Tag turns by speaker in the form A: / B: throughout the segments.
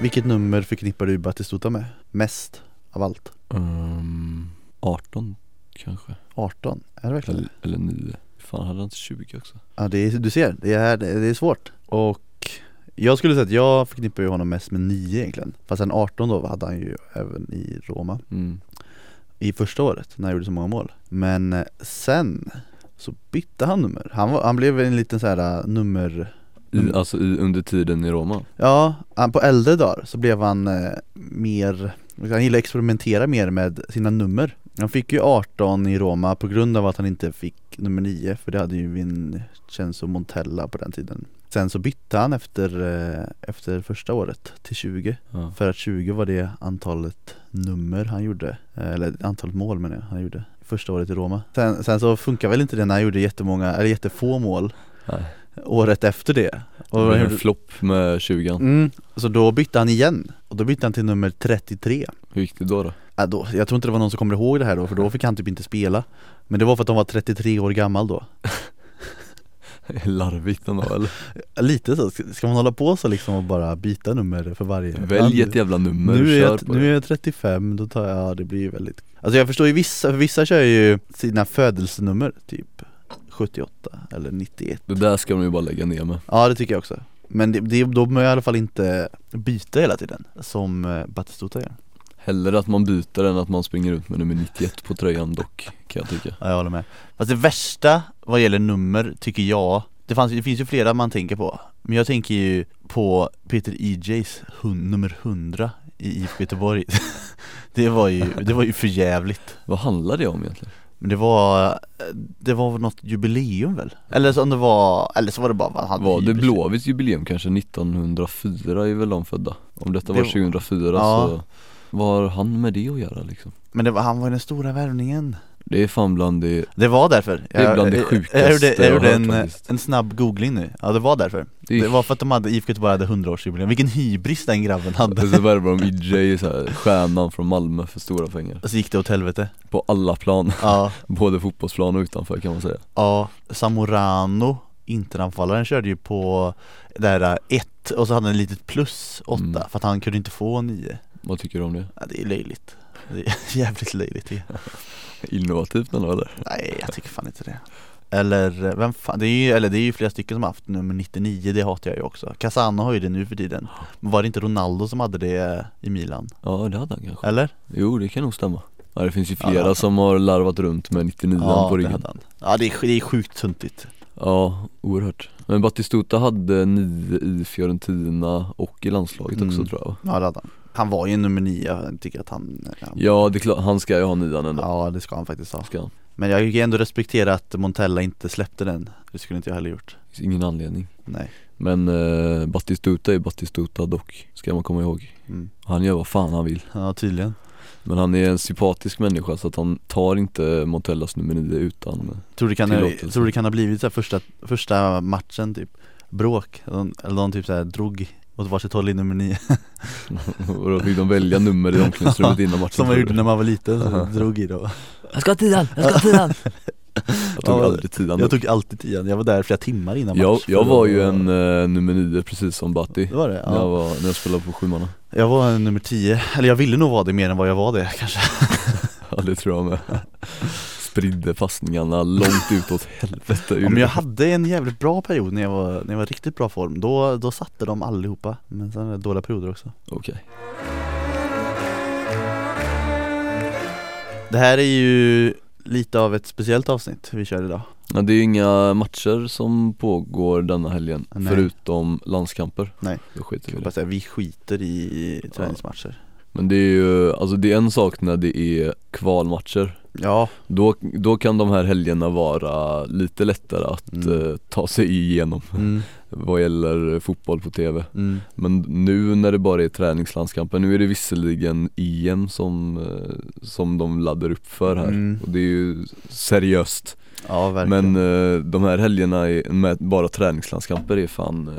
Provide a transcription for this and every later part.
A: Vilket nummer förknippar du Batistuta med? Mest av allt?
B: Ehm, 18 kanske.
A: 18? Är det verkligen
B: Eller, eller 9. Fan, hade han inte 20 också?
A: Ja, det är, du ser, det är, det är svårt. Och jag skulle säga att jag förknippar ju honom mest med 9 egentligen. Fast sen 18 då hade han ju även i Roma.
B: Mm.
A: I första året, när han gjorde så många mål. Men eh, sen så bytte han nummer. Han, var, han blev en liten så här eh, nummer...
B: I, alltså i, under tiden i Roma?
A: Ja, han, på äldre dagar så blev han eh, mer... Han gillade att experimentera mer med sina nummer. Han fick ju 18 i Roma på grund av att han inte fick nummer 9 för det hade ju Vincenzo Montella på den tiden. Sen så bytte han efter, eh, efter första året till 20
B: Ja.
A: för att 20 var det antalet nummer han gjorde, eh, eller antalet mål menar jag, han gjorde första året i Roma. Sen, sen så funkar väl inte det när han gjorde jättemånga, eller jättefå mål
B: Nej.
A: året efter det. Och
B: Det
A: han
B: blev
A: gjorde-
B: en flopp med 20
A: Mm, så då bytte han igen och då bytte han till nummer 33
B: Hur gick det då då?
A: äh, då, Jag tror inte det var någon som kommer ihåg det här då för då fick han typ inte spela Men det var för att de var 33 år gammal då
B: Larvigt ändå eller?
A: Lite så, ska ska man hålla på så liksom och bara byta nummer för varje
B: Välj ett jävla nummer och
A: nu är,
B: kör
A: jag,
B: på
A: nu
B: det.
A: är jag 35, då tar jag, ja det blir ju väldigt Alltså jag förstår ju vissa, för vissa kör ju sina födelsenummer typ 78 eller 91
B: Det där ska de ju bara lägga ner med
A: Ja det tycker jag också Men det, det, då behöver jag i alla fall inte byta hela tiden som eh, Batistuta gör
B: Hellre att man byter än att man springer ut med nummer 91 på tröjan dock, kan jag tycka
A: Ja, jag håller med. Fast det värsta vad gäller nummer tycker jag, det, fanns, det finns ju flera man tänker på. Men jag tänker ju på Peter EJs hund, nummer 100 i IFK Göteborg. det, var ju, det var ju för jävligt.
B: Vad handlar det om egentligen?
A: Men det var, det var väl något jubileum väl? Eller så om det var, eller så var det bara vad han
B: Var det Blåvitts jubileum kanske? 1904 är väl de födda? Om detta var
A: Det-
B: 2004
A: Ja.
B: så, vad har han med det att göra liksom?
A: Men det var, han var ju den stora värvningen.
B: Det är fan bland det,
A: Det var därför.
B: Det är bland det
A: jag-
B: sjukaste
A: jag, gjorde- jag
B: jag har
A: gjorde
B: hört
A: en,
B: faktiskt.
A: en snabb googling nu. Ja det var därför.
B: det är
A: Det var för att de hade, IFK Göteborg hade 100-årsjubileum. Vilken hybris den grabben hade.
B: Och så värvar de EJ, så här, stjärnan från Malmö för stora pengar
A: Och så gick det åt helvete.
B: På alla plan,
A: Ja,
B: både fotbollsplan och utanför kan man säga
A: ja. Samorano, interanfallaren, körde ju på det här 1 och så hade han ett litet plus 8
B: Mm.
A: för att han kunde inte få 9.
B: Vad tycker du om det?
A: Ja, det är löjligt. Det är jävligt löjligt. det.
B: Innovativt ändå eller?
A: Nej, jag tycker fan inte det. Eller eh, vem fan, det är ju, eller det är ju flera stycken som har haft nummer 99, det hatar jag ju också. Casano har ju det nu för tiden. Men var det inte Ronaldo som hade det eh, i Milan?
B: Ja det hade han kanske
A: Eller?
B: Jo det kan nog stämma Ja det finns ju
A: Ja, det
B: flera hade han. som har larvat runt med 99
A: Ja,
B: på
A: det
B: ryggen
A: hade han. Ja, det är, sj- det är sjukt tuntigt.
B: Ja, oerhört Men Battistuta hade nio i Fiorentina och i landslaget
A: Mm.
B: också tror jag va?
A: Ja, det hade han. Han var ju nummer 9, jag tycker att han... eh, han
B: Ja det är klart, han ska ju ha nian ändå
A: Ja det ska han faktiskt ha
B: Ska han.
A: Men jag kan ändå respektera att Montella inte släppte den Det skulle inte jag heller gjort
B: Finns ingen anledning
A: Nej
B: Men eh, Battistuta är Battistuta dock, ska man komma ihåg
A: mm.
B: Han gör vad fan han vill
A: Ja tydligen
B: Men han är en sympatisk människa så att han tar inte Montellas nummer 9 utan
A: Tror det kan,
B: Tillåtelse.
A: tror det kan ha blivit så här första, första matchen typ Bråk, eller de, eller de typ såhär drog åt varsitt håll i nummer 9
B: Och då fick de välja nummer i omklädningsrummet innan matchen
A: Som man
B: tror
A: gjorde
B: du?
A: när man var liten, så drog i då
B: Jag ska ha tian, jag ska ha tian Jag tog
A: Ja,
B: aldrig tian
A: Jag tog alltid tian, jag var där flera timmar innan match
B: jag,
A: för
B: jag
A: att-
B: var ju en eh, nummer 9 precis som Batti
A: Det var det?
B: när, jag
A: Ja.
B: var, när jag spelade på sjumanna
A: Jag var en nummer 10, eller jag ville nog vara det mer än vad jag var det kanske
B: Ja det tror jag med Spridde passningarna långt utåt helvete ur-
A: Om jag hade en jävligt bra period när jag var, när jag var i riktigt bra form, då, då satte de allihopa Men sen är det dåliga perioder också
B: Okej,
A: Det här är ju lite av ett speciellt avsnitt vi kör idag
B: ja, det är ju inga matcher som pågår denna helgen
A: Nej.
B: förutom landskamper
A: Nej.
B: Då skiter vi i det
A: Hoppas jag, vi skiter i träningsmatcher
B: Men det är ju, alltså det är en sak när det är kvalmatcher
A: Ja,
B: Då, då kan de här helgerna vara lite lättare att
A: Mm.
B: eh, ta sig igenom
A: mm,
B: vad gäller fotboll på TV
A: mm,
B: Men nu när det bara är träningslandskamper, nu är det visserligen EM som, eh, som de laddar upp för här
A: Mm.
B: och det är ju seriöst
A: ja verkligen Men,
B: Men eh, de här helgerna är- med bara träningslandskamper är fan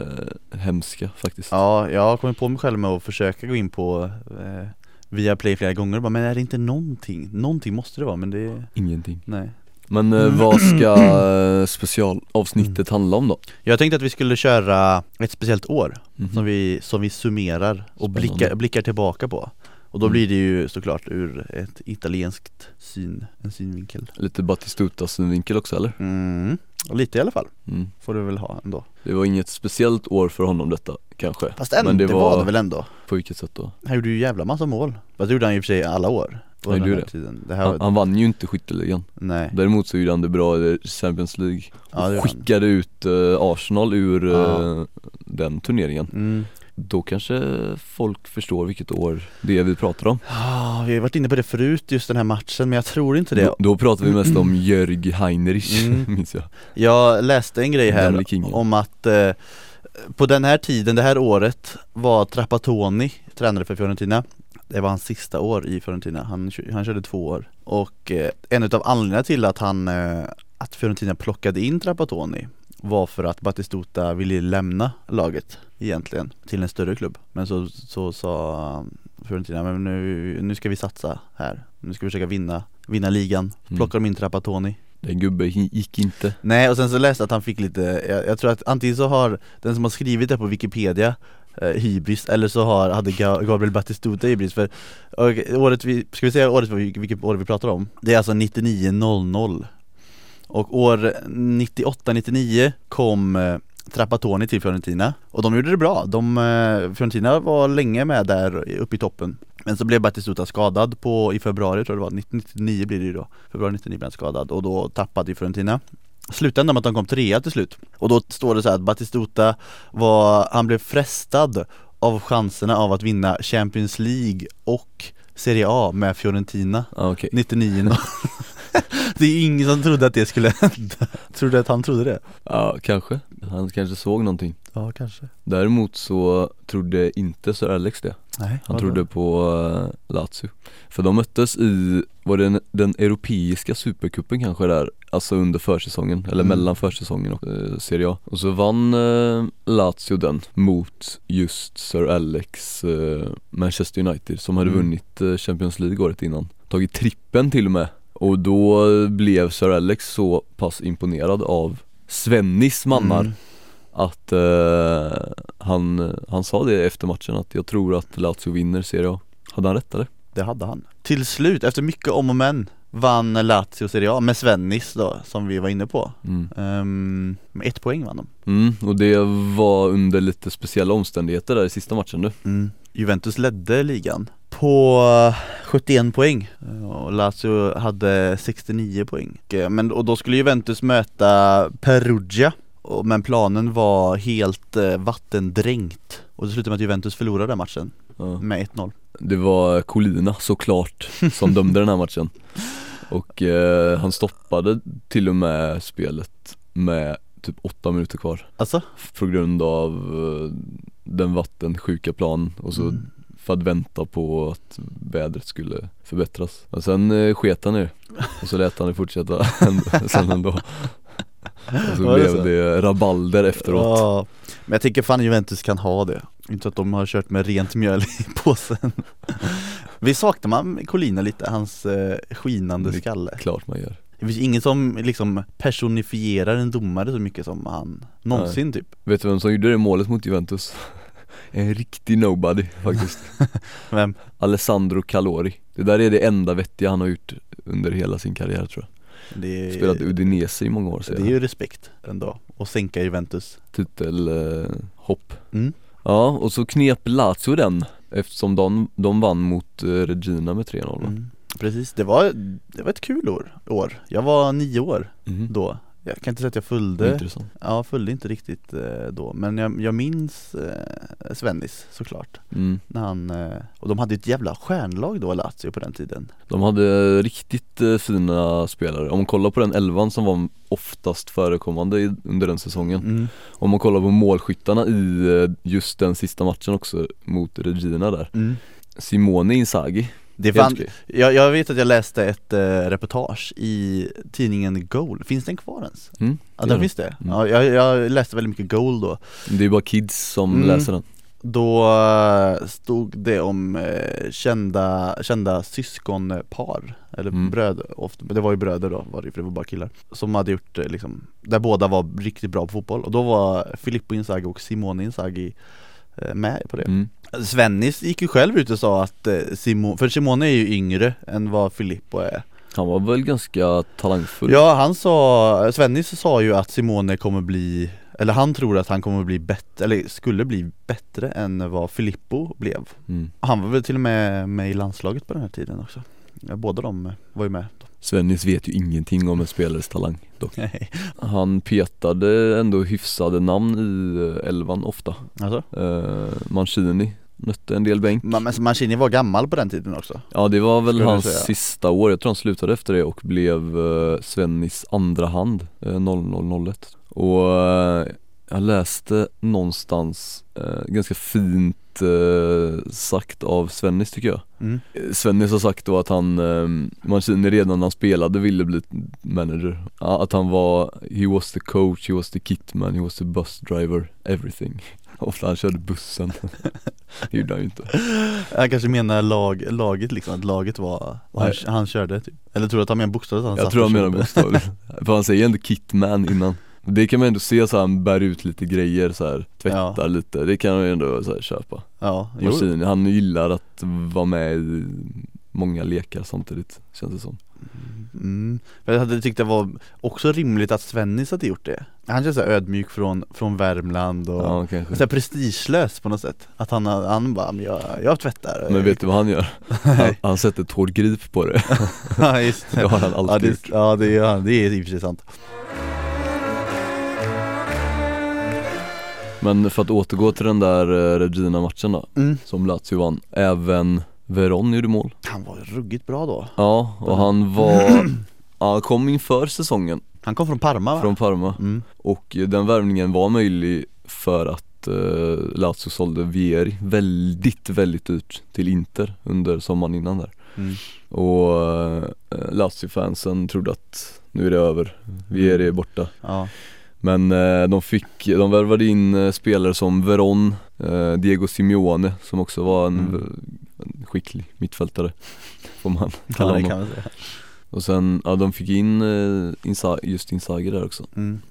B: eh, hemska faktiskt
A: Ja, jag har kommit på mig själv med att försöka gå in på eh, via play flera gånger och bara, men är det inte någonting? Någonting måste det vara men det,
B: Ingenting
A: nej
B: Men
A: Mm.
B: eh, vad ska eh, specialavsnittet handla om då?
A: Jag tänkte att vi skulle köra ett speciellt år
B: Mhm.
A: som vi, som vi summerar och
B: Spännande.
A: blickar, blickar tillbaka på Och då
B: Mm.
A: blir det ju såklart ur ett italienskt syn, en synvinkel
B: Lite Batistuta-synvinkel också eller?
A: mm. Lite i alla fall,
B: Mm.
A: får du väl ha ändå
B: Det var inget speciellt år för honom detta kanske
A: Fast ändå,
B: Men
A: det
B: det
A: var
B: var-
A: det väl ändå?
B: På vilket sätt då?
A: Han gjorde ju jävla massa mål Fast det gjorde han ju i och för sig alla år på
B: Han
A: den
B: gjorde
A: här
B: det.
A: tiden Det här
B: Han,
A: var,
B: han vann ju inte skytteligan
A: nej
B: Däremot så gjorde han det bra i Champions League
A: Ja, det
B: och
A: gjorde han.
B: skickade ut eh, Arsenal ur eh,
A: Ja.
B: den turneringen
A: mm.
B: Då kanske folk förstår vilket år det är vi pratar om
A: Ah, Vi har varit inne på det förut, just den här matchen, men jag tror inte det
B: Då, då pratar vi mest om Jörg Heinrich,
A: Mm.
B: minns jag
A: Jag läste en grej här
B: Gamle kingen.
A: om att eh, på den här tiden, det här året var Trapattoni tränare för Fiorentina Det var hans sista år i Fiorentina, han, kö- han körde två år Och eh, en utav anledningarna till att han, eh, att Fiorentina plockade in Trapattoni var för att Battistuta ville lämna laget egentligen till en större klubb Men så, så sa Fiorentina, men nu, nu ska vi satsa här Nu ska vi försöka vinna, vinna ligan,
B: Mm.
A: plockar de in Trapattoni
B: Den gubben hi- gick inte
A: Nej och sen så läste jag att han fick lite, jag, jag tror att antingen så har den som har skrivit det på Wikipedia eh, hybris eller så har, hade Ga- Gabriel Batistuta hybris för och, året vi, ska vi säga året, vi- vilket år vi pratar om? Det är alltså 99.00 Och år 98-99 kom eh, Trapattoni till Fiorentina och de gjorde det bra, de, eh, Fiorentina var länge med där uppe i toppen men så blev Batistuta skadad på, i februari tror jag det var, 99 blir det ju då Februari 99 blev han skadad och då tappade ju Fiorentina Slutändan med att de kom trea till slut Och då står det så här att Batistuta var, han blev frestad av chanserna av att vinna Champions League och Serie A med Fiorentina
B: ah, okej
A: 99 Det är ingen som trodde att det skulle hända Tror du att han trodde det?
B: Ja, kanske Han kanske såg någonting
A: Ja kanske
B: Däremot så trodde inte Sir Alex det
A: Nej
B: Han trodde på eh, Lazio För de möttes i, var det den, den europeiska supercupen kanske där? Alltså under försäsongen, eller
A: Mm.
B: mellan försäsongen och eh, Serie A Och så vann eh, Lazio den mot just Sir Alex eh, Manchester United som hade
A: Mm.
B: vunnit eh, Champions League året innan Tagit trippen till och med Och då blev Sir Alex så pass imponerad av Svennis mannar
A: Mm.
B: att eh, han, han sa det efter matchen att jag tror att Lazio vinner Serie A Hade han rätt eller?
A: Det hade han Till slut, efter mycket om och men Vann Lazio Serie A med Svennis då, som vi var inne på
B: Mm.
A: Ehm, Med ett poäng vann de
B: Mm, och det var under lite speciella omständigheter där i sista matchen nu
A: Mm. Juventus ledde ligan på eh, 71 poäng Eh, och Lazio hade 69 poäng. Och, eh, Men, och då skulle Juventus möta Perugia Och- men planen var helt eh, vattendränkt och det slutade med att Juventus förlorade den matchen
B: ja.
A: med 1-0
B: Det var Colina såklart som dömde den här matchen Och eh, han stoppade till och med spelet med typ åtta minuter kvar
A: Alltså?
B: På grund av eh, den vattensjuka plan och så
A: Mm.
B: för att vänta på att vädret skulle förbättras. Men sen eh, sket han i det och så lät han det fortsätta ändå- sen ändå. Och så
A: Var det
B: blev
A: så?
B: det rabalder efteråt.
A: Ja. Men jag tänker fan Juventus kan ha det Inte att de har kört med rent mjöl i påsen Vi saknar man Colina lite, hans eh, skinande
B: Mycket.
A: skalle
B: Klart man gör.
A: Det finns ingen som liksom personifierar en domare så mycket som han någonsin typ
B: Vet du vem som gjorde det målet mot Juventus? En riktig nobody faktiskt.
A: Vem?
B: Alessandro Calori. Det där är det enda vettiga han har gjort under hela sin karriär tror jag.
A: Det är,
B: Spelat i Udinese i många år
A: det är
B: sedan.
A: ju respekt ändå, att sänka Juventus
B: Titelhopp.
A: mm.
B: eh, Ja, och så knep Lazio den eftersom de, de vann mot eh, Regina med 3-0 va?
A: Mm. Precis, det var, det var ett kul år, år Jag var nio år
B: Mhm.
A: då Jag kan inte säga att jag följde,
B: Intressant.
A: ja följde inte riktigt eh, då Men jag, jag minns eh, Svennis såklart
B: Mm.
A: när han, eh, Och de hade ju ett jävla stjärnlag då Lazio på den tiden
B: De hade riktigt eh, fina spelare. Om man kollar på den elvan som var oftast förekommande i, under den säsongen.
A: mm.
B: Om man kollar på målskyttarna i eh, just den sista matchen också mot Regina där.
A: Mm.
B: Simone Inzaghi.
A: Det
B: helt
A: fann,
B: okej.
A: Jag, jag vet att jag läste ett eh, reportage i tidningen Goal, finns den kvar ens?
B: Mm,
A: Ja
B: det
A: den
B: är
A: finns det,
B: Mm.
A: ja, jag, jag läste väldigt mycket Goal då
B: Det är bara kids som
A: Mm.
B: läser den.
A: Då eh, stod det om eh, kända, kända syskonpar, eller
B: Mm.
A: bröder, ofta, men det var ju bröder då var det, ju, för det var bara killar Som hade gjort eh, liksom, där båda var riktigt bra på fotboll och då var Filippo Inzaghi och Simone Inzaghi eh, med på det
B: Mm.
A: Svennis gick ju själv ut och sa att eh, Simone, för Simone är ju yngre än vad Filippo är
B: Han var väl ganska talangfull
A: Ja han sa, Svennis sa ju att Simone kommer bli Eller han tror att han kommer bli bättre, eller skulle bli bättre än vad Filippo blev
B: mm.
A: Han var väl till och med med i landslaget på den här tiden också Ja, Båda de var ju med
B: Svennis vet ju ingenting om en spelares talang dock
A: Nej
B: Han petade ändå hyfsade namn i eh, elvan ofta
A: alltså?
B: eh, Mancini nötte en del bänk
A: Ma- Men Mancini var gammal på den tiden också
B: Ja det var väl
A: Skulle du
B: hans
A: säga?
B: sista år, jag tror han slutade efter det och blev eh, Svennis andra hand eh, 0001 Och eh, jag läste någonstans eh, ganska fint eh, sagt av Svennis tycker jag
A: mm.
B: Eh, Svennis har sagt då att han, eh, Mancini redan när han spelade ville bli manager ja, Att han var, he was the coach, he was the kitman, he was the bus driver, everything Ofta han körde bussen, det gjorde han ju inte
A: Han kanske menar lag, laget liksom, att laget var, och han,
B: Nej.
A: han körde typ Eller tror du att han menar bokstavligt att han
B: Jag
A: satt
B: tror han
A: och
B: menar
A: körde?
B: bokstavligt, för han säger ändå kitman innan Det kan man ändå se så här, han bär ut lite grejer så här, tvättar
A: Ja.
B: lite, det kan man ju ändå så här, köpa
A: Ja, jo.
B: Mancini, han gillar att vara med i många lekar samtidigt, känns det som
A: Mm. Men jag hade tyckt det var också rimligt att Svennis hade gjort det Han känns så här ödmjuk från, från Värmland och
B: Ja kanske
A: så här prestigelös på något sätt Att han, har- han bara, "Men jag, jag tvättar
B: Men vet du vad han gör? Han, han sätter ett hård grip på det,
A: Ja just
B: det
A: det
B: har han
A: Ja
B: alltid gjort
A: det, ja, det gör han, det är i och för sig sant
B: Men för att återgå till den där eh, Regina-matchen då,
A: mm.
B: som Lazio vann, även Veron gjorde mål
A: Han var ruggigt bra då
B: Ja, och
A: Mm.
B: han var, ja, han kom inför säsongen
A: Han kom från Parma va?
B: från Parma
A: Mm.
B: Och eh, den värvningen var möjlig för att eh, Lazio sålde Vieri väldigt, väldigt dyrt till Inter under sommaren innan där
A: Mm.
B: Och eh, Lazio-fansen trodde att nu är det över, Vieri är borta
A: Ja.
B: Men eh, de fick, de värvade in eh, spelare som Veron, eh, Diego Simeone som också var en,
A: Mm.
B: en skicklig mittfältare Får man kalla
A: ja, det
B: honom
A: kan man säga
B: Och sen, ja de fick in eh, Insa- just Insager där också
A: mm.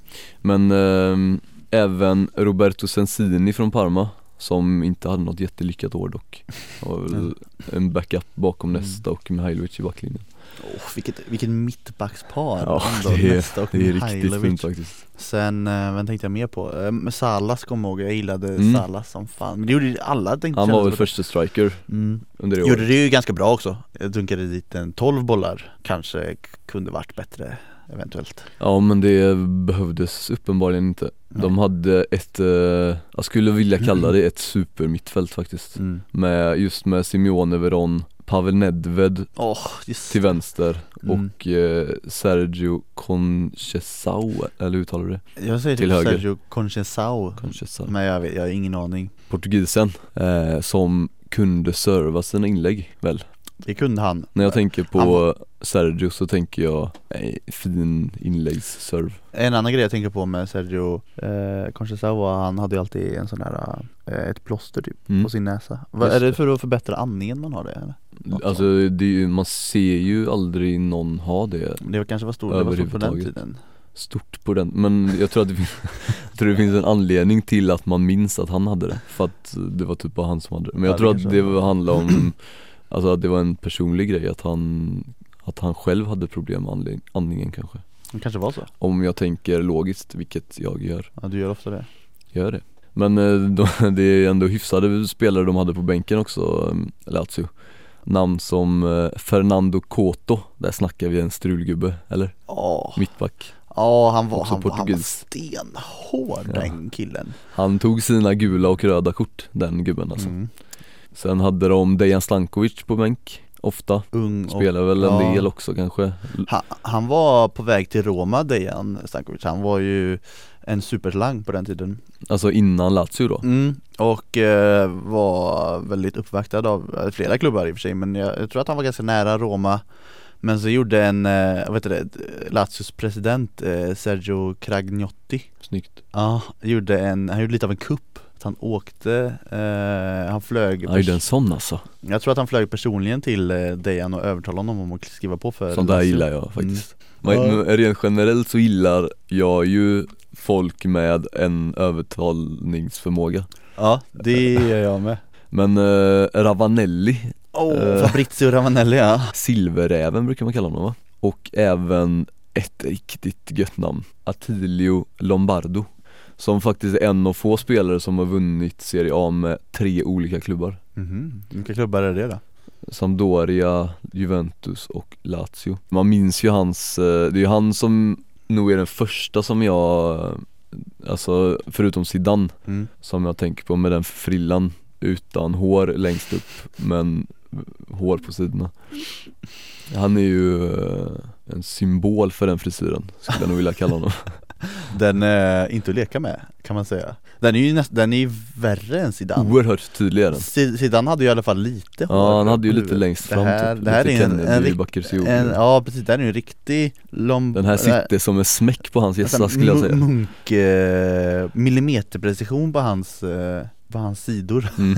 B: men ehm, även Roberto Sensini från Parma Som inte hade något jättelyckat år dock Han var väl
A: Mm.
B: en backup bakom
A: Mm.
B: Nesta och Mihailovic i backlinjen
A: Oh, vilket, vilket mittbackspar
B: Ja,
A: ändå,
B: det är-
A: Nesta och
B: Det är riktigt
A: Mihailovic.
B: fint faktiskt
A: Sen, eh, vem tänkte jag mer på? Eh, Salas kom jag ihåg, jag gillade
B: Mm.
A: Salas som fan Men det gjorde ju alla tänkte
B: Han
A: jag.
B: var väl första striker
A: mm.
B: under det
A: Gjorde
B: året
A: det ju ganska bra också, jag dunkade dit en 12 bollar Kanske k- kunde varit bättre eventuellt
B: Ja men det behövdes uppenbarligen inte De
A: Nej.
B: hade ett, eh, jag skulle vilja kalla det ett supermittfält faktiskt
A: mm.
B: Med, just med Simeone, Veron, Pavel Nedved
A: Åh, just
B: till vänster
A: Mm.
B: och eh, Sergio Conchesau, eller hur uttalar du det?
A: Jag säger
B: till
A: typ
B: höger.
A: Sergio Conceição
B: Conchesau
A: Men jag, vet, jag har ingen aning
B: portugisen eh, som kunde serva sina inlägg väl?
A: Det kunde han
B: När jag tänker på
A: Han
B: Sergio så tänker jag eh, fin inläggsserve
A: En annan grej jag tänker på med Sergio eh, Conceição var att han hade ju alltid en sån här, eh, ett plåster typ
B: mm.
A: på sin näsa Vad-
B: Just
A: Är det
B: det.
A: för att förbättra andningen man har det eller? något
B: Alltså det är ju, man ser ju aldrig någon ha det
A: Det kanske var stort, det var stort på den
B: Överhuvudtaget.
A: tiden
B: stort på den Men jag tror att det finns, jag tror det finns en anledning till att man minns att han hade det För att det var typ bara han som hade det Men jag
A: Ja, det
B: tror att
A: kanske
B: det
A: var.
B: handlar om Alltså att det var en personlig grej att han Att han själv hade problem med andning- andningen kanske
A: Det kanske var så,
B: Om jag tänker logiskt, vilket jag gör
A: ja, du gör ofta det
B: Gör det Men eh, de, det är ändå hyfsade spelare de hade på bänken också, eh, Lazio Namn som eh, Fernando Coto, där snackar vi en strulgubbe, eller?
A: Ja,
B: Mittback
A: ja han, var,
B: Också
A: han, var- han var
B: portugis.
A: stenhård
B: Ja.
A: den killen
B: Han tog sina gula och röda kort, den gubben alltså
A: mm.
B: Sen hade de Dejan Slankovic på bänk, ofta
A: Ung och,
B: Spelar väl en
A: ja.
B: del också kanske
A: han, han var på väg till Roma Dejan Stankovic, han var ju en superslang på den tiden
B: Alltså innan Lazio då
A: mm. Och eh, var väldigt uppvaktad av eh, flera klubbar i och för sig men jag, jag tror att han var ganska nära Roma men så gjorde en, eh, vad heter det, Lazios president eh, Sergio Cragnotti
B: Snyggt
A: Ja, gjorde en, han gjorde lite av en kupp Att han åkte, eh, han flög
B: Ja, är den sån alltså?
A: Jag tror att han flög personligen till eh, Dejan och övertalade honom om att skriva på för
B: Sånt där
A: Lazio. Mm.
B: gillar jag faktiskt
A: Ja.
B: Men men rent generellt så gillar jag ju folk med en övertalningsförmåga
A: Ja, det gör jag med
B: Men eh, Ravanelli,
A: Åh,
B: Eh.
A: Fabrizio Ravanelli ja
B: Silverräven brukar man kalla honom va? Och även ett riktigt gött namn Attilio Lombardo Som faktiskt är en av få spelare som har vunnit Serie A med tre olika klubbar
A: Mhm. Vilka klubbar är det då?
B: Sampdoria, Juventus och Lazio Man minns ju hans, eh, det är ju han som nog är den första som jag, eh, alltså förutom Zidane
A: Mm.
B: som jag tänker på med den frillan utan hår längst upp men hår på sidorna Han är ju eh, en symbol för den frisyren skulle jag nog vilja kalla honom
A: Den är inte att leka med kan man säga Den är ju näst, den är ju värre än Zidane
B: Oerhört tydlig är den
A: Si- Zidane hade ju i alla fall lite hår
B: Ja han hade ju
A: på
B: lite
A: huvudet.
B: längst fram
A: det här,
B: typ,
A: det här
B: lite
A: är en, en,
B: Kennedy,
A: rikt-
B: Bakircioglu.
A: en, Ja precis, det här är ju en riktig lom, eh, alltså,
B: Den här sitter som en smäck på hans hjässa skulle jag säga
A: Munk, eh, millimeterprecision på hans, eh, på hans sidor
B: Mm.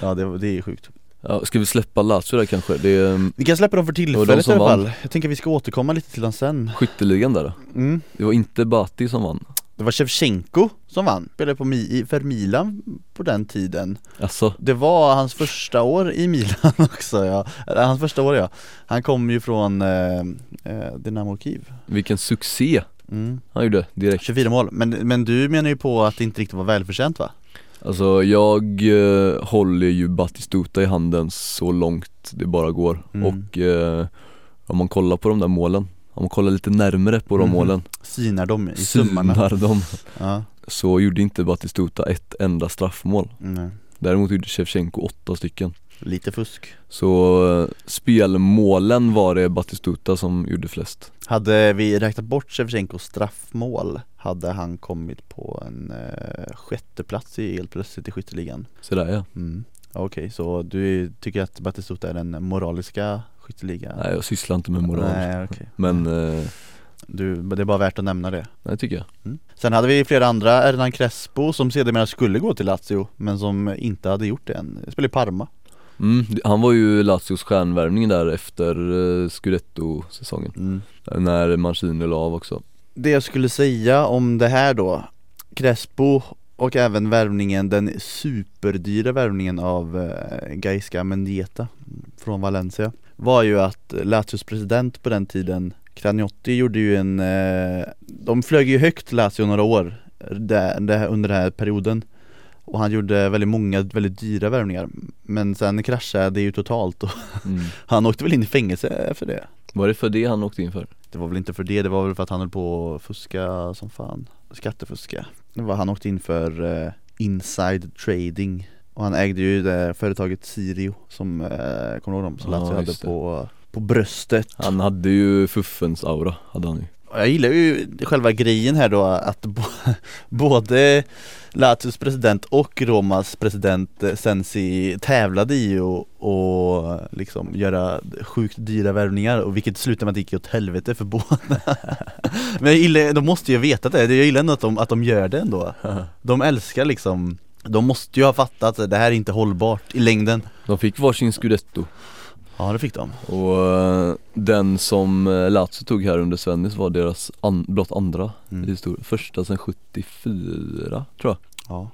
A: Ja det, det är sjukt
B: Ja, ska vi släppa Lazio där kanske? Det är um,
A: Vi kan släppa dem för
B: var de
A: tillfället i
B: som
A: alla
B: vann.
A: fall Jag tänker vi ska återkomma lite till dem sen
B: skytteligan där då.
A: mm.
B: Det var inte Bati som vann
A: Det var Shevchenko som vann, spelade på Mi- i- för Milan på den tiden
B: Alltså,
A: Det var hans första år i Milan också ja, Eller, hans första år ja Han kom ju från eh, eh, Dynamo Kiev
B: vilken succé
A: mm.
B: han gjorde direkt
A: 24 mål, men, men du menar ju på att det inte riktigt var välförtjänt va?
B: Alltså jag eh, håller ju Batistuta i handen så långt det bara går
A: Mm.
B: och eh, om man kollar på de där målen, om man kollar lite närmre på de
A: Mhm.
B: målen,
A: Synar de i summarna?
B: synar dem,
A: Ja,
B: så gjorde inte Batistuta ett enda straffmål.
A: mm.
B: Däremot gjorde Shevchenko åtta stycken.
A: Lite fusk
B: Så eh, spelmålen var det Batistuta som gjorde flest.
A: Hade vi räknat bort Shevchenkos straffmål hade han kommit på en eh, sjätteplats i helt plötsligt i skytteligan
B: Så där ja.
A: mm. Okej, så du tycker att Batistuta är den moraliska skytteligan?
B: Nej jag sysslar inte med moral.
A: Nej, okej.
B: Men, eh,
A: Du, det är bara värt att nämna det Mm.
B: nej tycker jag.
A: Sen hade vi flera andra, Hernan Crespo som sedermera skulle gå till Lazio men som inte hade gjort det än, spelade i Parma
B: Mm, han var ju Lazios stjärnvärvning där efter eh, Scudetto-säsongen.
A: Mm.
B: När Mancini la av också
A: Det jag skulle säga om det här då Crespo och även värvningen, den superdyra värvningen av eh, Gaisca Mendieta från Valencia var ju att Lazios president på den tiden Cragnotti gjorde ju en, eh, de flög ju högt Lazio några år eh, där, där, under den här perioden och han gjorde väldigt många väldigt dyra värvningar Men sen kraschade det ju totalt och
B: mm.
A: han åkte väl in i fängelse efter det
B: Var det för det han åkte in för?
A: det var väl inte för det, det var väl för att han höll på att fuska som fan Skattefuska Det var han åkte in för eh, inside trading Och han ägde ju det företaget Sirio som, eh, kommer du ihåg dem? Som
B: Ja,
A: Lazio hade
B: just det.
A: på, på bröstet
B: Han hade ju fuffens aura, hade han ju
A: Och Jag gillar ju själva grejen här då att bo- både Lazios president och Romas president eh, Sensi tävlade i att och liksom göra sjukt dyra värvningar och vilket slutade med att det gick åt helvete för båda. Men jag gillar, de måste ju veta det, jag gillar ändå att de, att de gör det ändå. De älskar liksom, de måste ju ha fattat att det här är inte hållbart i längden.
B: De fick varsin scudetto
A: Ja det fick de.
B: och eh, den som eh, Lazio tog här under Svennis var deras an- blott andra
A: Mm.
B: i historien Första sedan 74 tror jag
A: Ja.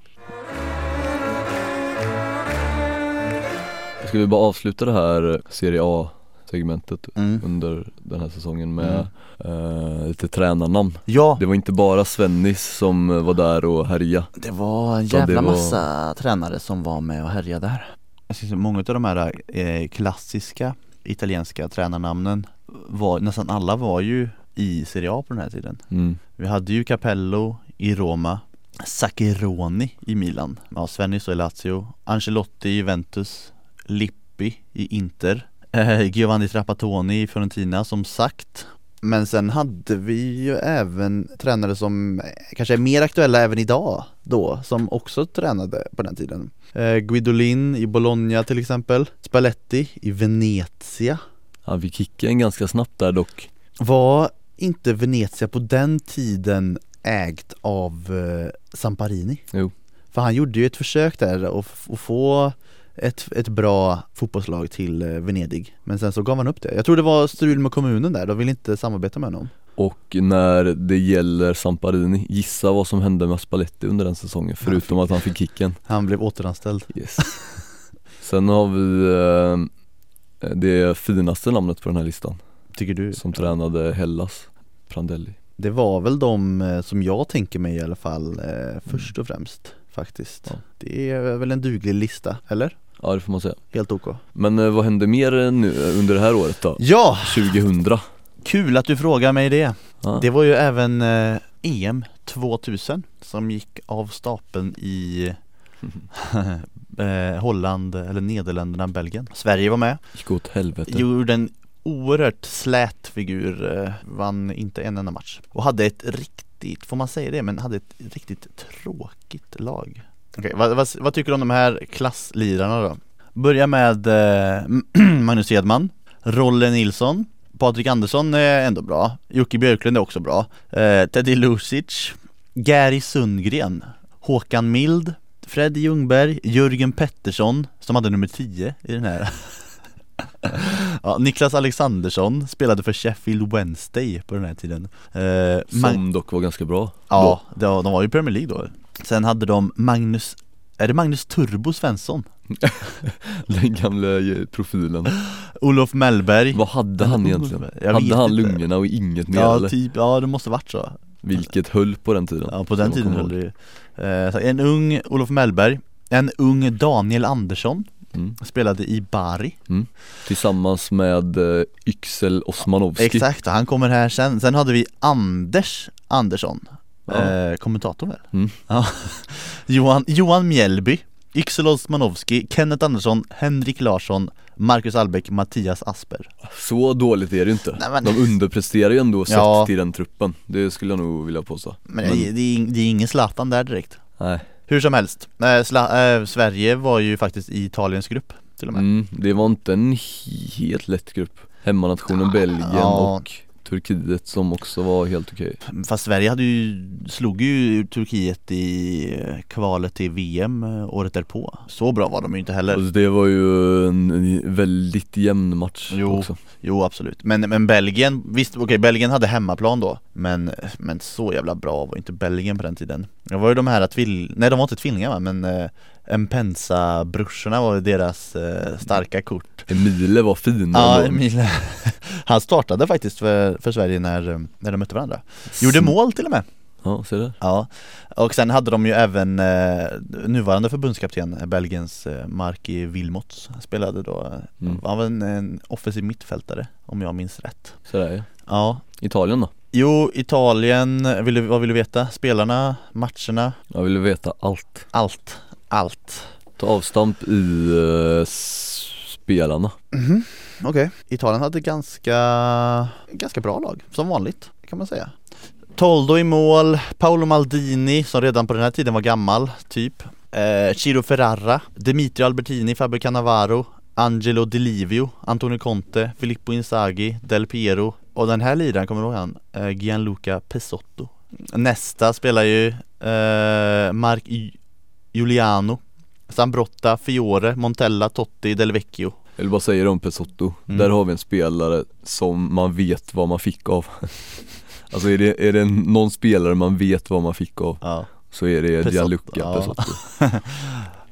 B: Ska vi bara avsluta det här eh, Serie A segmentet
A: Mm.
B: under den här säsongen med eh, lite tränarnamn
A: Ja,
B: Det var inte bara Svennis som eh, var där och härja
A: Det var en
B: Ja,
A: jävla
B: det var-
A: massa tränare som var med och härjade där. Jag syns att många av de här eh, klassiska italienska tränarnamnen var, nästan alla var ju i Serie A på den här tiden.
B: mm.
A: Vi hade ju Capello i Roma, Saccheroni i Milan, ja, Svennis i Lazio, Ancelotti i Juventus, Lippi i Inter, eh, Giovanni Trapattoni i Fiorentina som sagt. Men sen hade vi ju även tränare som kanske är mer aktuella även idag då, som också tränade på den tiden. Eh, Guidolin i Bologna till exempel, Spalletti i Venezia,
B: Han fick kicken ganska snabbt där dock
A: var inte Venezia på den tiden ägt av eh, Samparini?
B: Jo.
A: För han gjorde ju ett försök där och, och få ett, ett bra fotbollslag till eh, Venedig Men sen så gav han upp det. Jag tror det var strul med kommunen där, de ville inte samarbeta med honom
B: Och när det gäller Samparini, gissa vad som hände med Spalletti under den säsongen förutom att han fick kicken
A: Han blev återanställd
B: Yes Sen har vi eh, det finaste namnet på den här listan
A: Tycker du?
B: som tränade Hellas, Prandelli
A: Det var väl de eh, som jag tänker mig i alla fall eh, först och främst faktiskt
B: Ja.
A: Det är väl en duglig lista, eller?
B: Ja det får man säga
A: Helt OK
B: Men eh, vad hände mer eh, nu eh, under det här året då?
A: Ja!
B: 2000
A: Kul att du frågar mig det
B: ja.
A: Det var ju även eh, EM 2000 som gick av stapeln i eh, Holland, eller Nederländerna, Belgien Sverige var med,
B: Gick åt helvete
A: gjorde en oerhört slät figur, eh, vann inte en enda match och hade ett riktigt, får man säga det, men hade ett riktigt tråkigt lag Okej, vad, vad, vad tycker du om de här klasslirarna då? Börja med eh, Magnus Edman, Rolle Nilsson Patrik Andersson är ändå bra, Jocke Björklund är också bra eh, Teddy Lucic Gary Sundgren Håkan Mild Fred Ljungberg Jörgen Pettersson som hade nummer 10 i den här ja, Niklas Alexandersson spelade för Sheffield Wednesday på den här tiden eh, Mag-
B: Som dock var ganska bra
A: Ja, det var, de var ju i Premier League då Sen hade de Magnus, är det Magnus Turbo Svensson?
B: då. Den gamla eh, profilen
A: Olof Mellberg
B: Vad hade han egentligen?
A: Jag
B: hade
A: vet
B: han
A: inte.
B: lungorna och inget mer
A: Ja,
B: eller?
A: typ, ja det måste varit så
B: Vilket höll på den tiden
A: Ja på den
B: Jag
A: tiden
B: kommer
A: höll det ju Eh, så En ung Olof Mellberg En ung Daniel Andersson
B: Mm.
A: Spelade i Bari
B: Tillsammans med eh, Yxel Osmanovski
A: Exakt, och han kommer här sen Sen hade vi Anders Andersson
B: Ja.
A: eh, Kommentator väl?
B: Mm.
A: Ja. Johan, Johan Mjällby Yxel Osmanowski Kenneth Andersson Henrik Larsson Marcus Albeck Mattias Asper
B: Så dåligt är det ju inte
A: Nej, men-
B: De underpresterar ju ändå sett
A: Ja.
B: till den truppen Det skulle jag nog vilja påstå
A: Men, Det, är, det är ing- det är ingen Zlatan där direkt
B: Nej,
A: Hur som helst eh, Sla- eh, Sverige var ju faktiskt i Italiens grupp till och med
B: mm, det var inte en he- helt lätt grupp Hemmanationen Belgien
A: Ja.
B: och Turkiet som också var helt okej
A: Fast Sverige hade ju, slog ju Turkiet i eh, kvalet till VM eh, året därpå Så bra var de ju inte heller
B: Alltså det var ju en en väldigt jämn match
A: Jo.
B: också
A: Jo absolut, men, men Belgien, visst okej Belgien hade hemmaplan då men, men så jävla bra var inte Belgien på den tiden Det var ju de här tvill... nej de var inte tvillingar va? men eh, Mpensa-brorsorna var ju deras eh, starka kort
B: Emile var fin
A: Ja,
B: ändå.
A: Emil Han startade faktiskt för, för Sverige när, eh, när de mötte varandra Gjorde
B: Sn-
A: mål till och med
B: Ja, ser du?
A: Ja, och sen hade de ju även eh, nuvarande förbundskapten, eh, Belgiens eh, Marki Wilmots Han spelade då, eh,
B: Mm.
A: han var en, en offensiv mittfältare om jag minns rätt
B: Så där ja
A: Ja,
B: Italien då?
A: jo Italien, vill du, vad vill du veta? Spelarna, matcherna,
B: Jag ville veta allt
A: allt, allt
B: Ta avstamp i eh, s- spelarna
A: Mhm, okej Italien hade ganska, ganska bra lag, som vanligt kan man säga Toldo i mål, Paolo Maldini som redan på den här tiden var gammal, typ eh, Ciro Ferrara, Dimitri Albertini, Fabio Cannavaro Angelo Di Livio, Antonio Conte, Filippo Inzaghi, Del Piero Och den här liraren, kommer du ihåg han? Eh, Gianluca Pesotto Nästa spelar ju eh, Mark Ju- Giuliano Sambrotta, Fiore, Montella, Totti, Del Vecchio
B: Eller vad säger du om Pesotto?
A: Mm.
B: Där har vi en spelare som man vet vad man fick av Alltså är det, är det en- någon spelare man vet vad man fick av
A: Ja.
B: så är det
A: Pesotto,
B: Gianluca
A: ja.
B: Pesotto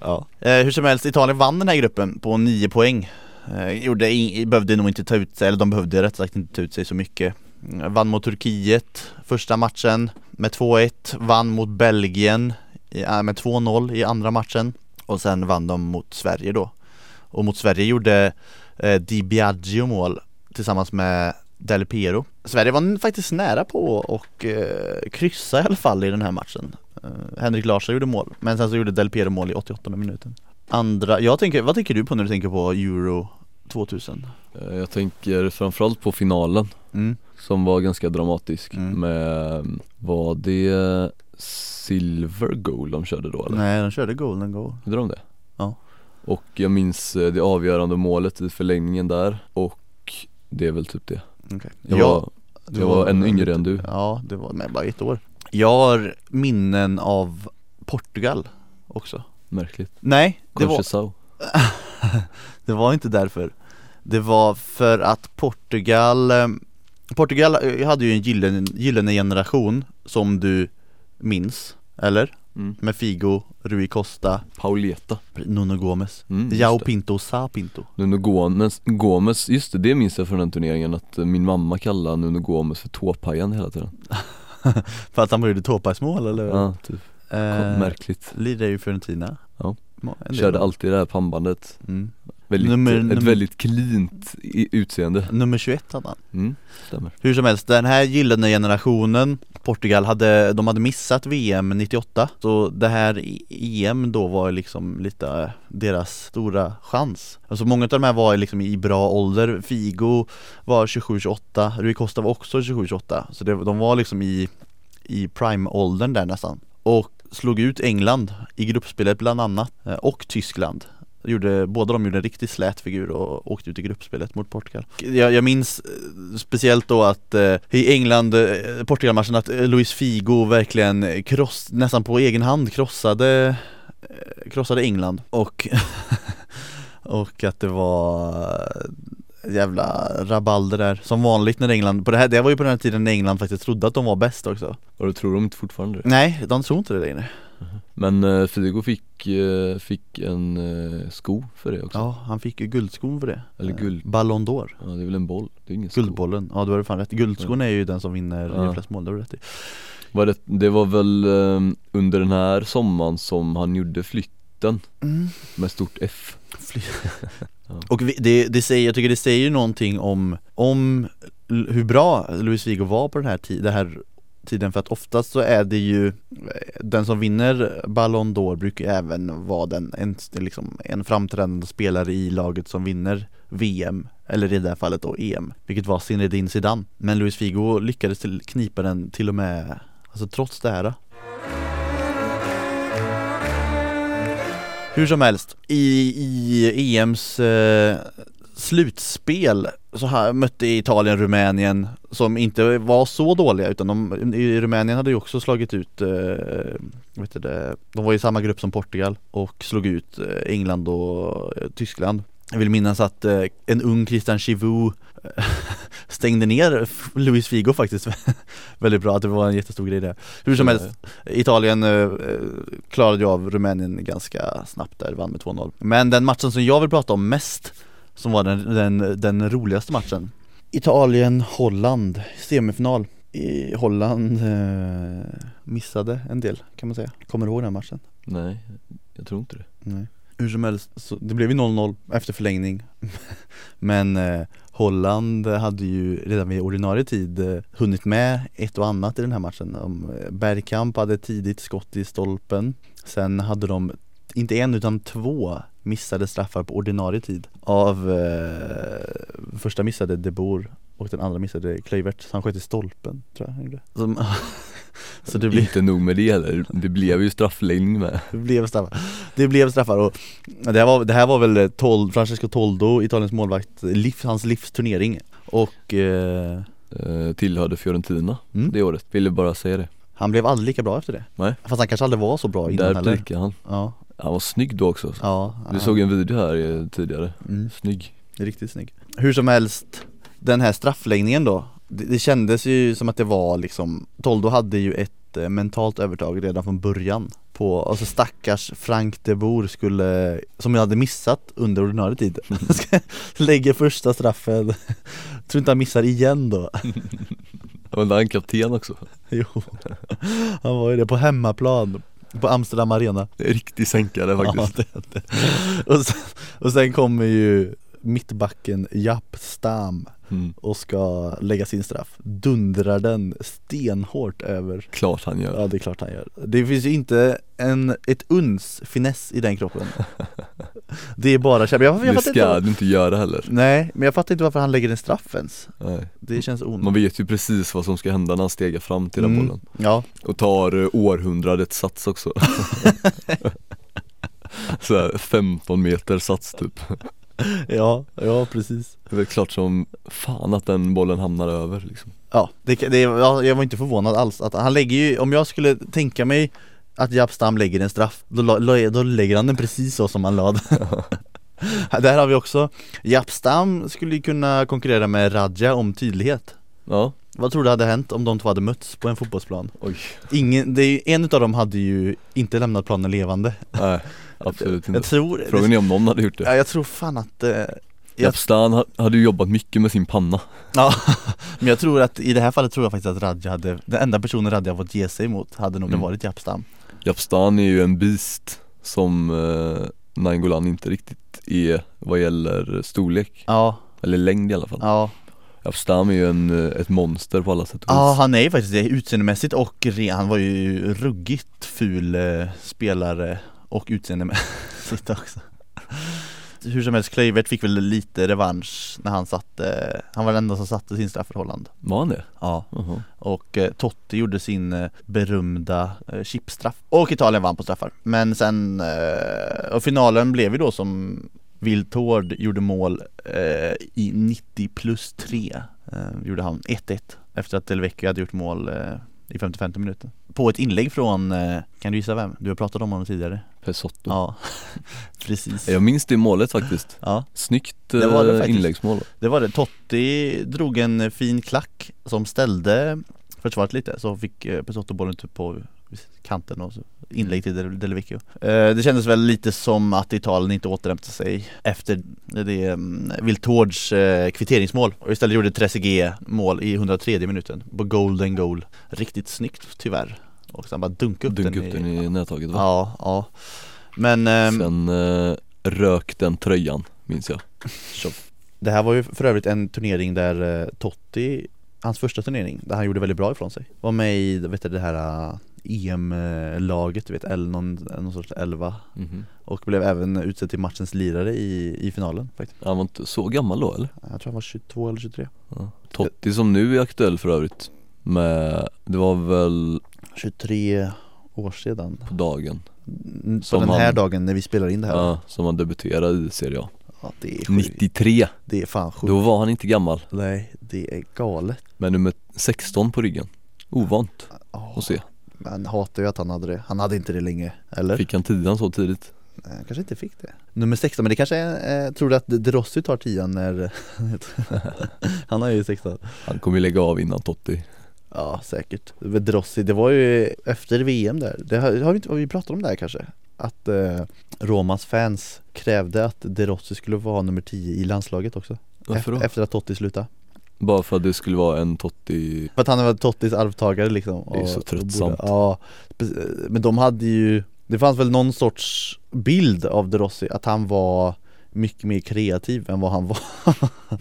A: Ja. Eh, hur som helst, Italien vann den här gruppen på 9 poäng. Eh, gjorde in, behövde nog inte ta ut sig, eller de behövde rätt sagt inte ta ut sig så mycket. Mm, Vann mot Turkiet första matchen med 2-1, vann mot Belgien i, äh, med 2-0 i andra matchen och sen vann de mot Sverige då. Och mot Sverige gjorde eh, Di Biagio mål tillsammans med Del Piero. Sverige var n- faktiskt nära på och eh, kryssa i alla fall i den här matchen. Eh, Henrik Larsson gjorde mål, men sen så gjorde Del Piero mål i 88 minuten Andra, jag tänker, vad tänker du på när du tänker på Euro 2000?
B: Eh, Jag tänker framförallt på finalen
A: Mm.
B: Som var ganska dramatisk
A: Mm.
B: med, var det silver goal de körde då eller?
A: Nej, de körde golden goal
B: Gjorde de det?
A: Ja.
B: Och jag minns eh, det avgörande målet i förlängningen där och det är väl typ det
A: Okej.
B: Jag
A: Ja,
B: var,
A: du
B: jag var ännu yngre än du
A: Ja, det var med bara ett år Jag har minnen av Portugal också
B: Märkligt.
A: Nej, det var,
B: Conchesau.
A: det var inte därför Det var för att Portugal eh, Portugal eh, hade ju en gyllene, gyllene generation som du minns, eller?
B: Mm.
A: Med Figo, Rui Costa,
B: Pauleta.
A: Nuno Gomes
B: Mm, just
A: Jao
B: det.
A: Pinto och Sa Pinto
B: Nuno Gomes, Gomes, just det, det minns jag från den turneringen att eh, min mamma kallade Nuno Gomes för tåpajan hela tiden
A: För att han gjorde tåpagsmål eller?
B: Ja, typ,
A: Eh,
B: märkligt
A: Lirade ju i Fiorentina
B: Ja.
A: Ma- en del
B: Körde
A: av-
B: alltid det här pannbandet,
A: mm.
B: väldigt,
A: Nummer-
B: ett
A: nummer-
B: väldigt cleant i, utseende
A: Nummer 21 hade han
B: mm, stämmer
A: Hur som helst, den här gyllene generationen Portugal hade, de hade missat VM 98 Så det här E- EM då var liksom lite eh, deras stora chans Alltså många av de här var liksom i bra ålder Figo var 27-28 Rui Costa var också 27-28 Så det, de var liksom i, i prime-åldern där nästan Och slog ut England i gruppspelet bland annat eh, och Tyskland gjorde, båda de gjorde en riktigt slät figur och åkte ut i gruppspelet mot Portugal. Jag, jag minns eh, speciellt då att eh, i England, eh, Portugal-matchen, att eh, Luis Figo verkligen eh, kross, nästan på egen hand krossade, eh, krossade England och, och att det var eh, jävla rabalder där som vanligt när England, på det här, det var ju på den här tiden när England faktiskt trodde att de var bäst också.
B: Och det tror de inte fortfarande det
A: Nej, de tror inte det längre.
B: Men eh, Figo fick, eh, fick en eh, sko för det också
A: Ja, han fick ju guldskon för det.
B: Eller guld.
A: Eh, Ballon d'Or.
B: Ja det är väl en boll, det är ingen sko
A: Guldbollen, ja du har fan rätt. Guldskon är ju den som vinner
B: Ja.
A: flest mål, det har du rätt i.
B: var det, det var väl eh, under den här sommaren som han gjorde flytten med stort F
A: Fly-
B: Mm. Ja.
A: Och vi, det, det säger, jag tycker det säger ju någonting om, om l- hur bra Luis Figo var på den här, ti- den här tiden för att oftast så är det ju eh, den som vinner Ballon d'Or brukar ju även vara den, en, liksom, en framträdande spelare i laget som vinner VM eller i det här fallet då EM, vilket var Zinedine Zidane. Men Luis Figo lyckades till, knipa den till och med, alltså trots det här. Hur som helst, i, i EMs eh, slutspel så här, mötte Italien Rumänien som inte var så dåliga utan de, i Rumänien hade ju också slagit ut, eh, vet du det, de var i samma grupp som Portugal och slog ut eh, England och eh, Tyskland. Jag vill minnas att eh, en ung Christian Chivu stängde ner F- Luis Figo faktiskt väldigt bra, att det var en jättestor grej där. Hur som
B: Ja,
A: helst, Italien eh, eh, klarade ju av Rumänien ganska snabbt där, vann med 2-0. Men den matchen som jag vill prata om mest, som var den, den, den roligaste matchen. Italien-Holland, semifinal. I Holland eh, missade en del kan man säga. Kommer du ihåg den matchen?
B: Nej, jag tror inte det
A: Nej. Hur som helst, så det blev ju 0-0 efter förlängning. Men eh, Holland hade ju redan vid ordinarie tid eh, hunnit med ett och annat i den här matchen. De, eh, Bergkamp hade tidigt skott i stolpen. Sen hade de inte en utan två missade straffar på ordinarie tid av eh, första missade De Boer och den andra missade Kluivert så han sköt i stolpen tror jag han gjorde. Som, så det blir
B: Inte nog med det heller, det blev ju straffläggning med
A: det blev straffar. Det blev straffar och det här var, det här var väl Tol, Francesco Toldo, Italiens målvakt, liv, hans livsturnering Och eh,
B: eh, Tillhörde Fiorentina
A: Mm.
B: det året, ville bara säga det
A: han blev aldrig lika bra efter det
B: Nej.
A: Fast han kanske aldrig var så bra innan
B: Där
A: heller
B: pikade han
A: Ja,
B: Han var snygg då också
A: ja
B: Vi
A: han-
B: såg en video här eh, tidigare,
A: mm,
B: snygg
A: det är Riktigt snygg Hur som helst, den här straffläggningen då det, det kändes ju som att det var liksom Toldo hade ju ett eh, mentalt övertag redan från början på, alltså stackars Frank de Boer skulle, som jag hade missat under ordinarie tid Lägger första straffen Tror inte han missar igen då
B: Men han är kapten också,
A: Jo Han var ju det på hemmaplan På Amsterdam arena
B: riktig sänkare faktiskt
A: Ja, det, det. Och, sen, och sen kommer ju Mittbacken Japp Stam
B: mm.
A: och ska lägga sin straff Dundrar den stenhårt över
B: Klart han gör
A: Ja det är klart han gör Det finns ju inte en, ett uns finess i den kroppen Det är bara kärlek jag, jag
B: Det
A: fattar
B: ska
A: inte,
B: du inte göra heller
A: Nej men jag fattar inte varför han lägger en straff ens
B: Nej.
A: Det känns onödigt
B: Man vet ju precis vad som ska hända när han stegar fram till den
A: Mm.
B: bollen
A: Ja,
B: Och tar eh, århundradets sats också Såhär 15 meter sats typ
A: ja, ja precis
B: Det är väl klart som fan att den bollen hamnar över liksom
A: Ja, det, det, ja, jag var inte förvånad alls att han lägger ju, om jag skulle tänka mig att Japstam lägger en straff, då, la- la- då lägger han den precis så som han la den Där har vi också, Japstam skulle ju kunna konkurrera med Radja om tydlighet
B: Ja,
A: Vad tror du hade hänt om de två hade mötts på en fotbollsplan?
B: oj,
A: Ingen, det är ju, en utav dem hade ju inte lämnat planen levande
B: nej absolut
A: Jag
B: inte
A: tror,
B: Frågan är om någon hade gjort det
A: ja, jag tror fan att eh, jag-
B: Japstan ha- hade ju jobbat mycket med sin panna
A: Ja, men jag tror att i det här fallet tror jag faktiskt att Radja hade, den enda personen Radja har fått ge sig emot hade nog
B: Mm.
A: varit Japstam
B: Japstan är ju en beast som eh, Nangolan inte riktigt är vad gäller storlek,
A: Ja,
B: eller längd i alla fall
A: ja
B: Japstam är ju en, eh, ett monster på alla sätt och
A: Ja
B: vis
A: han är ju faktiskt det, utseendemässigt och re- han var ju ruggigt ful eh, spelare och utseendemässigt också Hur som helst, Kluivert fick väl lite revansch när han satte, han var den enda som satte sin straff för Holland
B: Var han det?
A: Ja
B: Jaha.
A: Och eh, Totti gjorde sin eh, berömda eh, chipstraff Och Italien vann på straffar Men sen, eh, och finalen blev ju då som Viltord gjorde mål eh, i 90 plus 3 eh, Gjorde han 1-1 Efter att Del Vecchio hade gjort mål eh, i 55 minuten På ett inlägg från, eh, kan du gissa vem? Du har pratat om honom tidigare
B: Pesotto
A: Ja, precis
B: Jag minns det målet faktiskt
A: Ja
B: Snyggt
A: Det var det
B: eh,
A: faktiskt.
B: inläggsmål
A: Det var det, Totti drog en fin klack som ställde försvaret lite så fick eh, Pesotto bollen typ på kanten och så inlägg till Del, Del Vecchio. Eh, Det kändes väl lite som att Italien inte återhämtade sig efter det mm, Viltords eh, kvitteringsmål och istället gjorde Trezeguet mål i 103 minuten på golden goal. Riktigt snyggt tyvärr. Och sen bara dunka upp
B: Dunk
A: den
B: upp den i nättaket va?
A: Ja, ja. Men ehm,
B: Sen eh, rök den tröjan, minns jag
A: Det här var ju för övrigt en turnering där eh, Totti, hans första turnering, där han gjorde väldigt bra ifrån sig Var med i, vet du, det här eh, EM-laget, du vet, eller någon, någon sorts elva
B: Mhm.
A: Och blev även utsedd till matchens lirare i, i finalen faktiskt
B: Han var inte så gammal då eller?
A: Jag tror han var 22 eller 23
B: Ja. Totti som nu är aktuell för övrigt med, det var väl
A: 23 år sedan
B: på dagen
A: Mm, På
B: Som
A: den här
B: han-
A: dagen när vi spelar in det här
B: ja, som han debuterade i Serie A
A: ja, det, är sjukt.
B: 93,
A: det är fan sjukt
B: då var han inte gammal
A: Nej, det är galet
B: Med nummer 16 på ryggen Ovant
A: oh,
B: att se
A: Man hatar ju att han hade det, han hade inte det länge, eller?
B: Fick han tian så tidigt?
A: Nej, han Eh, kanske inte fick det. Nummer 16, men det kanske är, eh, tror du att De Rossi tar 10 när han har ju 16?
B: Han kommer ju lägga av innan Totti
A: Ja, säkert. De Rossi, det var ju efter VM där, det har, har vi, inte, har vi pratat om det här kanske? Att eh, Romas fans krävde att De Rossi skulle vara nummer 10 i landslaget också.
B: Varför då?
A: Eft- Efter att Totti slutade.
B: Bara för att det skulle vara en Totti
A: För att han var Tottis arvtagare liksom.
B: Det är ju så
A: Och- och
B: tröttsamt.
A: borde- Ja, spe- men de hade ju, det fanns väl någon sorts bild av De Rossi, att han var mycket mer kreativ än vad han var.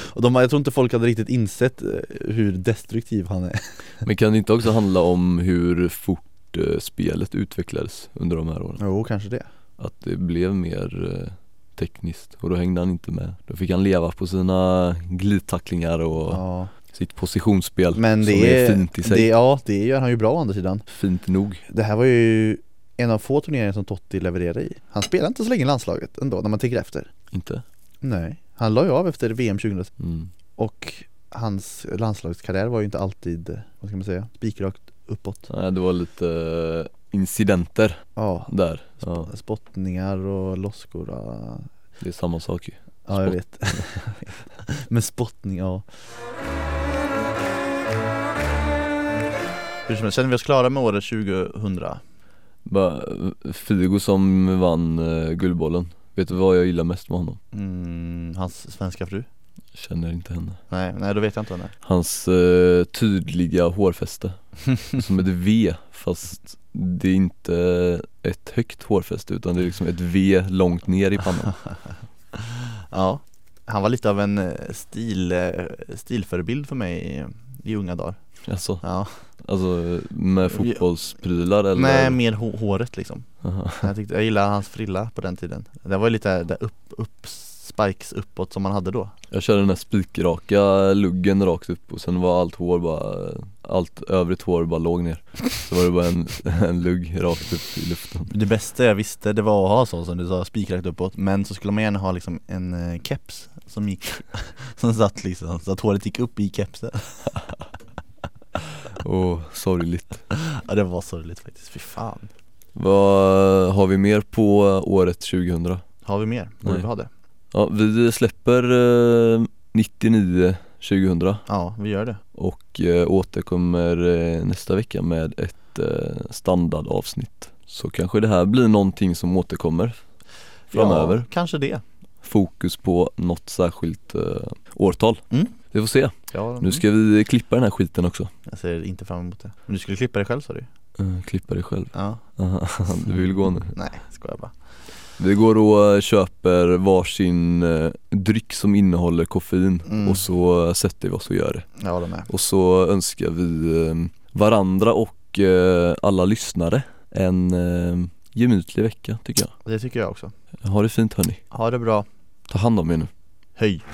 A: och de, jag tror inte folk hade riktigt insett eh, hur destruktiv han är.
B: Men kan det inte också handla om hur fort eh, spelet utvecklades under de här åren?
A: Jo, kanske det.
B: Att det blev mer eh, tekniskt och då hängde han inte med Då fick han leva på sina glidtacklingar och
A: Ja.
B: sitt positionsspel
A: Men
B: som
A: det
B: är,
A: är,
B: fint i sig
A: Det, ja, det gör han ju bra å andra sidan.
B: Fint nog
A: Det här var ju en av få turneringar som Totti levererade i. Han spelade inte så länge i landslaget ändå, när man tänker efter.
B: Inte?
A: Nej, han la ju av efter VM 2010.
B: Mm.
A: Och hans landslagskarriär var ju inte alltid, vad ska man säga, spikrakt uppåt.
B: Nej, det var lite eh, incidenter
A: Ja,
B: där ja,
A: spottningar och losskor. Ja,
B: Det är samma sak ju
A: ja jag vet. Men spottning, ja. Hur som helst, känner vi oss klara med året 2000?
B: Bara, eh, Figo som vann eh, Guldbollen Vet du vad jag gillar mest med honom?
A: Mm, hans svenska fru?
B: Känner inte henne
A: Nej, nej då vet jag inte henne.
B: Hans eh, tydliga hårfäste Som ett V fast det är inte ett högt hårfäste utan det är liksom ett V långt ner i pannan
A: Ja, han var lite av en eh, stil, eh, stilförebild för mig i, i unga dagar.
B: Alltså,
A: Ja.
B: alltså med fotbollsprylar eller?
A: Nej, mer hå- håret liksom.
B: Aha.
A: Jag, tyckte, jag gillade hans frilla på den tiden Det var ju lite där upp, upp, spikes uppåt som man hade då
B: Jag körde den här spikraka luggen rakt upp och sen var allt hår bara Allt övrigt hår bara låg ner Så var det bara en, en lugg rakt upp i luften
A: Det bästa jag visste det var att ha så som du sa, spikrakt uppåt Men så skulle man gärna ha liksom en eh, keps som gick Som satt liksom, så att håret gick upp i kepsen
B: Åh, sorgligt
A: Ja det var sorgligt faktiskt, fy fan
B: Vad har vi mer på året 2000?
A: Har vi mer? Borde
B: Nej.
A: vi ha det?
B: Ja, vi släpper eh, 99 2000
A: Ja, vi gör det
B: och eh, återkommer eh, nästa vecka med ett eh, standardavsnitt Så kanske det här blir någonting som återkommer framöver
A: ja, Kanske det
B: Fokus på något särskilt eh, årtal
A: Mm.
B: Vi får se,
A: ja, mm.
B: nu ska vi klippa den här skiten också
A: Jag ser inte fram emot det Men du skulle klippa dig själv sa du
B: Eh, Klippa dig själv,
A: Ja,
B: Aha, du vill gå nu
A: nej skojar bara
B: Vi går och eh, köper varsin eh, dryck som innehåller koffein
A: Mm.
B: och så eh, sätter vi oss och gör det.
A: Jag håller med
B: Och så önskar vi eh, varandra och eh, alla lyssnare en eh, gemytlig vecka tycker jag.
A: Det tycker jag också
B: Ha det fint hörni.
A: Ha det bra,
B: Ta hand om er nu.
A: höj